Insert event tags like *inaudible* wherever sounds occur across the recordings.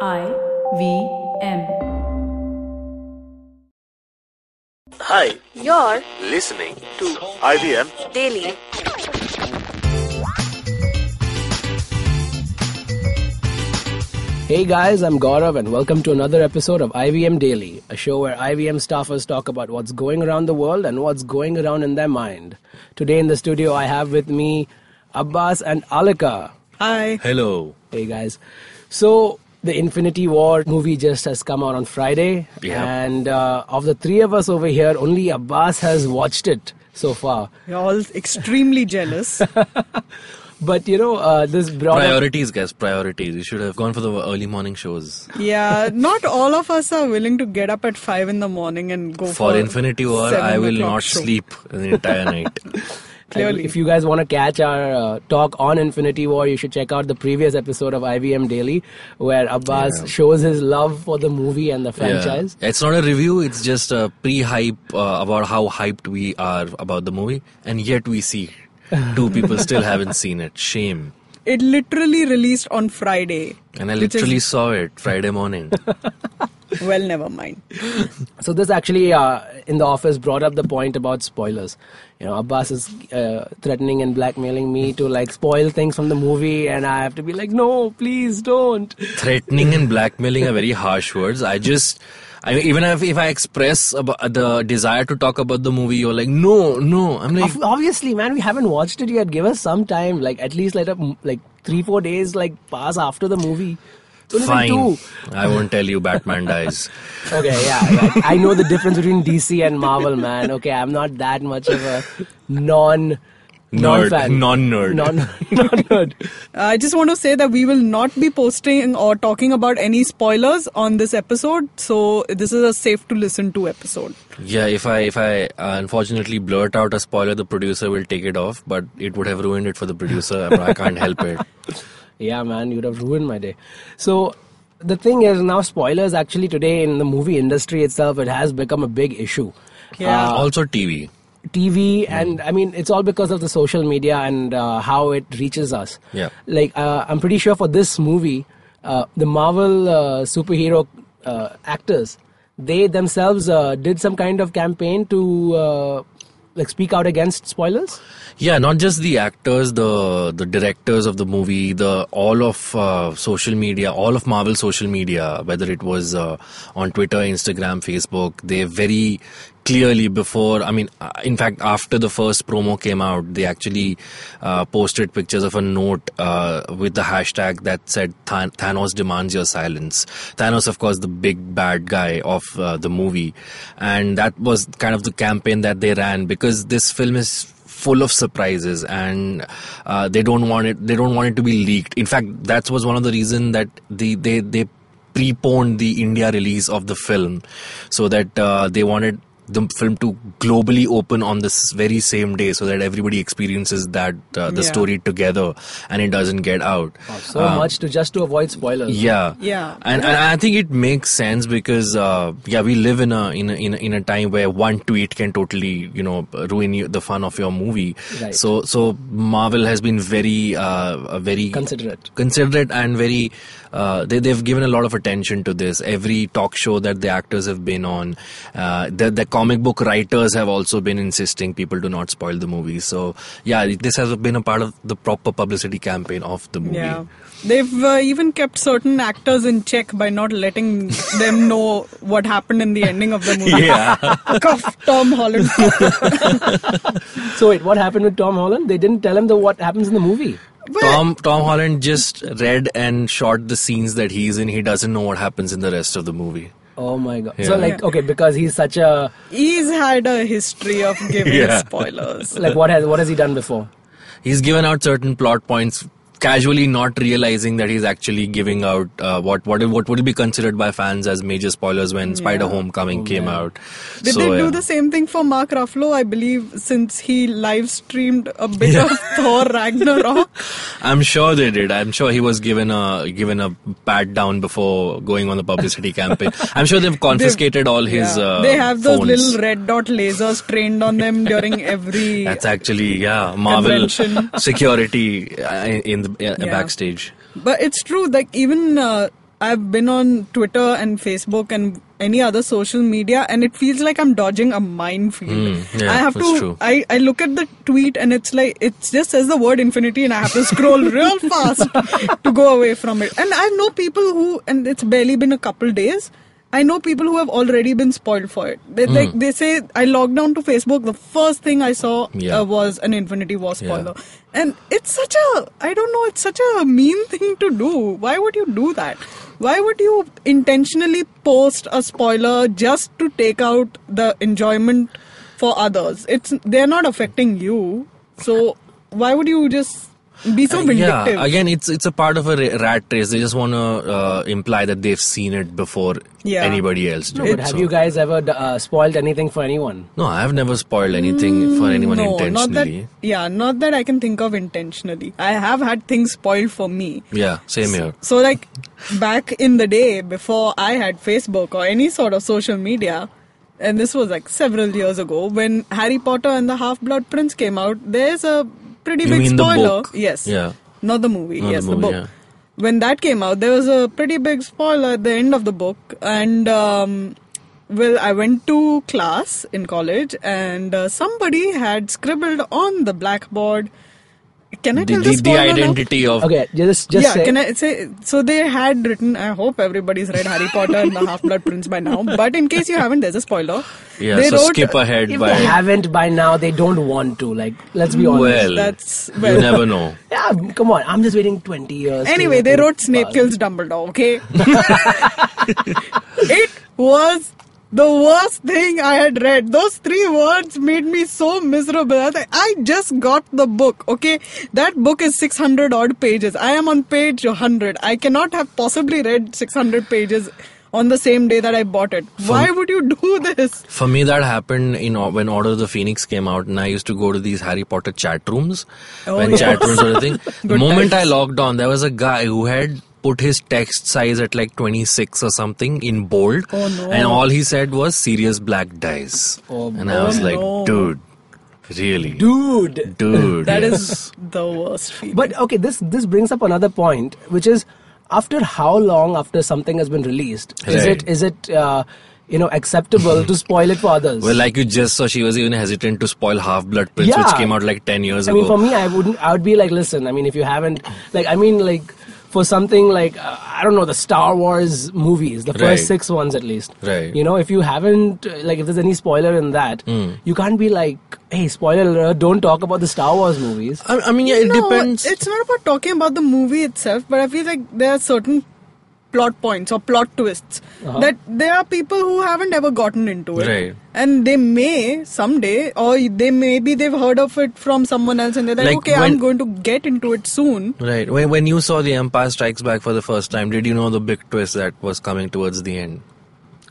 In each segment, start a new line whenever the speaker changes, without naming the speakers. I V M.
Hi,
You're
listening to IBM.
daily.
Hey guys, I'm Gaurav and welcome to another episode of IVM Daily, a show where IVM staffers talk about what's going around the world and what's going around in their mind. Today in the studio, I have with me Abbas and Alika.
Hi.
Hello.
Hey guys. So, the Infinity War movie just has come out on Friday.
Yeah.
And uh, of the three of us over here, only Abbas has watched it so far.
You're all extremely jealous.
But you know, uh, this brought up-
Priorities, guys. Priorities. You should have gone for the early morning shows.
yeah, not all of us are willing to get up at 5 in the morning and go for,
For Infinity War,
seven
I will
o'clock
not
show.
sleep the
*laughs*
entire night.
Clearly.
And if you guys want to catch our uh, talk on Infinity War, you should check out the previous episode of IBM Daily, where Abbas
Yeah.
shows his love for the movie and the franchise.
Yeah. It's not a review, it's just a pre hype uh, about how hyped we are about the movie, and yet
*laughs*
we see two people still haven't seen it. Shame.
It literally released on Friday.
And I
which is-
literally saw it
*laughs*
Friday morning.
well, never mind.
So this actually uh, in the office brought up the point about spoilers. You know, Abbas is uh, threatening and blackmailing me to like spoil things from the movie, and I have to be like, no, please don't.
Threatening and blackmailing are very harsh words. I just. I mean, even if, if I express about the desire to talk about the movie, you're like, no, no. I'm like,
Ob- Obviously, man, we haven't watched it yet. Give us some time, like at least let up like three, four days, like pass after the movie. Don't even
Fine.
two.
I won't tell you Batman dies.
Okay, yeah, yeah. I know the difference between DC and Marvel, man. Okay, I'm not that much of a non non
Nerd.
fan,
Non-nerd.
non *laughs* nerd.
I just want to say that we will not be posting or talking about any spoilers on this episode. So, this is a safe to listen to episode.
Yeah, if I if I uh, unfortunately blurt out a spoiler, the producer will take it off, but it would have ruined it for the producer. I, mean, I can't help it.
Yeah, man, you'd have ruined my day. So the thing is now spoilers actually today in the movie industry itself it has become a big issue. Uh,
Yeah.
also, TV.
TV
Hmm.
and I mean it's all because of the social media and uh, how it reaches us.
Yeah.
Like uh, I'm pretty sure for this movie, uh, the Marvel uh, superhero uh, actors they themselves uh, did some kind of campaign to uh, like speak out against spoilers.
Yeah, not just the actors, the the directors of the movie, the all of uh, social media, all of Marvel social media, whether it was uh, on Twitter, Instagram, Facebook, they very clearly before. I mean, uh, in fact, after the first promo came out, they actually uh, posted pictures of a note uh, with the hashtag that said "Than- "Thanos demands your silence." Thanos, of course, the big bad guy of uh, the movie, and that was kind of the campaign that they ran because this film is full of surprises and uh, they don't want it they don't want it to be leaked in fact that was one of the reason that the they they preponed the india release of the film so that uh, they wanted the film to globally open on this very same day so that everybody experiences that uh, the
Yeah.
story together and it doesn't get out
So
Um,
much to just to avoid spoilers.
yeah
Yeah.
and, and i think it makes sense because uh, yeah we live in a in a, in a in a time where one tweet can totally you know ruin you, the fun of your movie
Right.
so so marvel has been very uh, very
Considerate.
considerate and very uh, they, they've given a lot of attention to this every talk show that the actors have been on uh, the, the comic book writers have also been insisting people do not spoil the movie so yeah this has been a part of the proper publicity campaign of the movie
Yeah. They've uh, even kept certain actors in check by not letting
*laughs*
them know what happened in the ending of the movie.
yeah
Cuff Tom
*laughs*
Holland.
So wait, what happened with Tom Holland? They didn't tell him the what happens in the movie.
Tom Tom Holland just read and shot the scenes that he's in. He doesn't know what happens in the rest of the movie.
Oh my god.
Yeah.
So like okay, because he's such a
He's had a history of giving
Yeah.
spoilers.
like what has what has he done before?
He's given out certain plot points, casually not realizing that he's actually giving out uh, what what what would be considered by fans as major spoilers when Spider Homecoming came out.
Did
So,
they do
yeah.
the same thing for Mark Ruffalo? I believe since he live streamed a bit of Thor
*laughs*
Ragnarok.
I'm sure they did. I'm sure he was given a given a pat down before going on the
*laughs*
publicity campaign. I'm sure they've confiscated all his.
Yeah.
Uh,
they have those
phones.
little red dot lasers trained on them during
*laughs*
every.
That's actually yeah, Marvel
Convention.
security uh, in the uh,
Yeah.
backstage.
But it's true, like even uh, I've been on Twitter and Facebook and any other social media, and it feels like I'm dodging a minefield.
Mm, yeah,
I have
that's
to.
true.
I I look at the tweet and it's like it just says the word infinity, and I have to
*laughs*
scroll real fast to go away from it. And I know people who, and it's barely been a couple days. I know people who have already been spoiled for it. They,
Hmm.
like they say, I logged on to Facebook. The first thing I saw
Yeah.
uh, was an Infinity War
Yeah.
spoiler, and it's such a I don't know. It's such a mean *laughs* thing to do. Why would you do that? Why would you intentionally post a spoiler just to take out the enjoyment for others? It's they're not affecting you, so why would you just be so vindictive?
Uh, Yeah, again, it's it's a part of a ra- rat race. They just want to uh, imply that they've seen it before
Yeah.
anybody else.
No,
did.
but have
So-
you guys ever uh, spoiled anything for anyone?
No, I have never spoiled anything for anyone
Mm, not that.
intentionally.
Yeah, not that I can think of intentionally. I have had things spoiled for me.
Yeah, same here.
So, like, back in the day before I had Facebook or any sort of social media, and this was like several years ago when Harry Potter and the Half Blood Prince came out, there's a pretty
You
big
mean the
spoiler.
book?
Yes.
Yeah.
Not the movie.
Not the
yes, the,
movie,
book.
yeah.
When that came out, there was a pretty big spoiler at the end of the book, and um, well, I went to class in college, and uh, somebody had scribbled on the blackboard. Can I
The,
tell
the,
this
the
spoiler now?
identity of
Okay, just just
yeah,
say.
can I say? So they had written. I hope everybody's read Harry Potter and the Half Blood Prince by now. But in case you haven't, there's a spoiler.
yeah.
they
so
wrote,
skip ahead
if
by
they haven't by now, they don't want to. Like, let's be honest.
well.
That's-
you
well.
never
*laughs*
know.
yeah, come on. I'm just waiting 20 years. to
Anyway,
let
they
it
wrote Snape
pass.
kills Dumbledore. Okay, *laughs* it was the worst thing I had read. Those three words made me so miserable. I, was like, I just got the book. Okay, that book is 600 odd pages. I am on page 100. I cannot have possibly read 600 pages. On the same day that I bought it. Why would you do this?
For me, that happened in o- when Order of the Phoenix came out, and I used to go to these Harry Potter chat rooms.
Oh,
when
yes.
chat rooms were a thing,
*laughs*
the
Good
moment I
times.
logged on, there was a guy who had put his text size at like 26 or something in bold,
Oh, no.
and all he said was "serious black dice,"
Oh,
and I was
oh,
like,
no.
"Dude, really,
Dude.
dude,
That
yes.
is the worst feeling.
But okay, this this brings up another point, which is after how long after something has been released is
Right.
it is it uh, you know acceptable to spoil it for others?
*laughs* Well, like you just saw, she was even hesitant to spoil Half Blood Prince, which
Yeah.
came out like 10 years
I
ago.
mean, for me, I wouldn't. I would be like, listen. I mean, if you haven't, like, I mean, like, for something like uh, I don't know, the Star Wars movies, the first
Right.
six ones at least.
Right. Hmm.
You know, if you haven't, uh, like, if there's any spoiler in that, you can't be like, hey, spoiler alert, don't talk about the Star Wars movies.
I, I mean, yeah, it
no,
depends.
It's not about talking about the movie itself, but I feel like there are certain plot points or plot twists
Uh-huh.
that there are people who haven't ever gotten into it.
Right.
And they may someday, or they maybe they've heard of it from someone else and they're like,
Like
okay,
when-
I'm going to get into it soon.
Right. When, when you saw The Empire Strikes Back for the first time, did you know the big twist that was coming towards the end?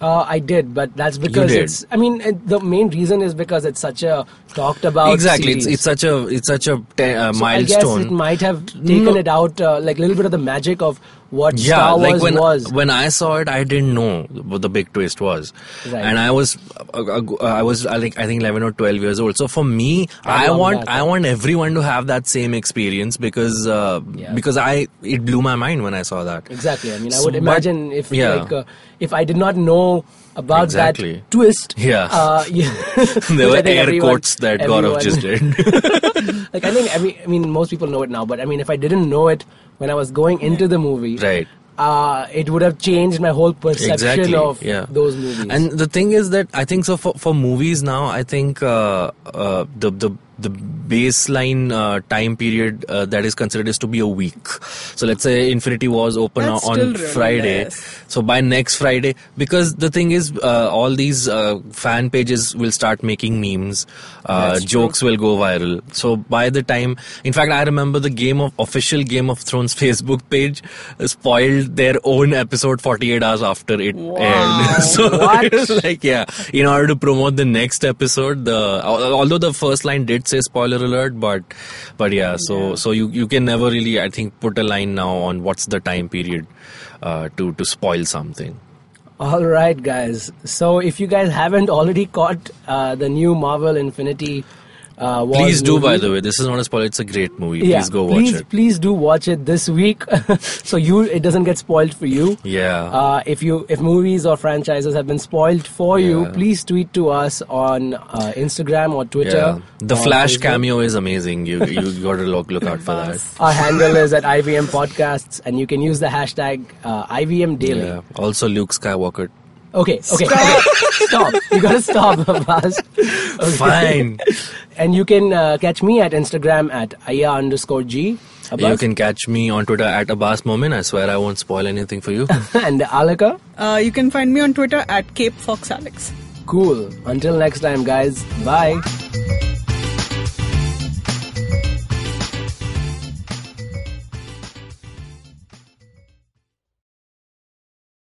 Uh, I did, but that's because
did.
it's. I mean, it, the main reason is because it's such a talked about.
exactly. It's,
series.
it's such a it's such a te- uh,
So I guess
milestone.
it might have taken
No.
it out, uh, like a little bit of the magic of what
yeah,
Star Wars
like when
was.
when I saw it, I didn't know what the big twist was,
Right.
and I was uh, uh, I was uh, like I think eleven or twelve years old. So for me, I,
love
want
that.
I want everyone to have that same experience because uh,
Yeah.
because I it blew my mind when I saw that.
Exactly. I mean, I
So,
would
but-
imagine if
yeah.
like uh, if I did not know about
Exactly.
that twist.
*laughs* Yeah.
Uh, *laughs* yeah
*laughs* there
which *laughs* I
were
think
air
everyone-
quotes that Gaurav
everyone-
just
*laughs*
did.
like I think every, I mean most people know it now, but I mean if I didn't know it when I was going into the movie,
Right.
Uh, it would have changed my whole perception
exactly.
of
yeah.
those movies.
And the thing is that I think so for, for movies now I think uh, uh, the the the baseline uh, time period uh, that is considered is to be a week. So let's say Infinity Wars open
That's
on
still really
Friday.
less.
So by next Friday, because the thing is, uh, all these uh, fan pages will start making memes. Uh, jokes will go viral. So by the time, in fact, I remember the game of official Game of Thrones *laughs* Facebook page spoiled their own episode 48 hours after it aired. *laughs* so
What?
it's like, yeah, in order to promote the next episode, the al- although the first line did say spoiler alert, but but yeah, so so you you can never really, I think, put a line now on what's the time period uh, to to spoil something.
All right, guys. So if you guys haven't already caught uh, the new Marvel Infinity Uh, was
Please do, by
movie-
the way. This is not a spoiler. It's a great movie.
Yeah,
please go watch
please,
it.
Please do watch it this week, *laughs* so you it doesn't get spoiled for you.
Yeah.
Uh, if you if movies or franchises have been spoiled for you,
Yeah.
please tweet to us on uh, Instagram or Twitter.
yeah. The
or
Flash
Facebook.
cameo is amazing. You you *laughs* got to look look out for that.
Our handle is at IVM Podcasts, and you can use the hashtag uh, IVM Daily.
Yeah. Also, Luke Skywalker.
Okay, okay, okay. stop. You gotta stop, *laughs* Abbas. Okay.
Fine.
And you can uh, catch me at Instagram at Aya underscore G.
You
Abbas.
can catch me on Twitter at Abbas Momin. I swear I won't spoil anything for
*laughs*
you.
*laughs* and Alaka.
Uh, you can find me on Twitter at Cape Fox Alex.
Cool. Until next time, guys. Bye.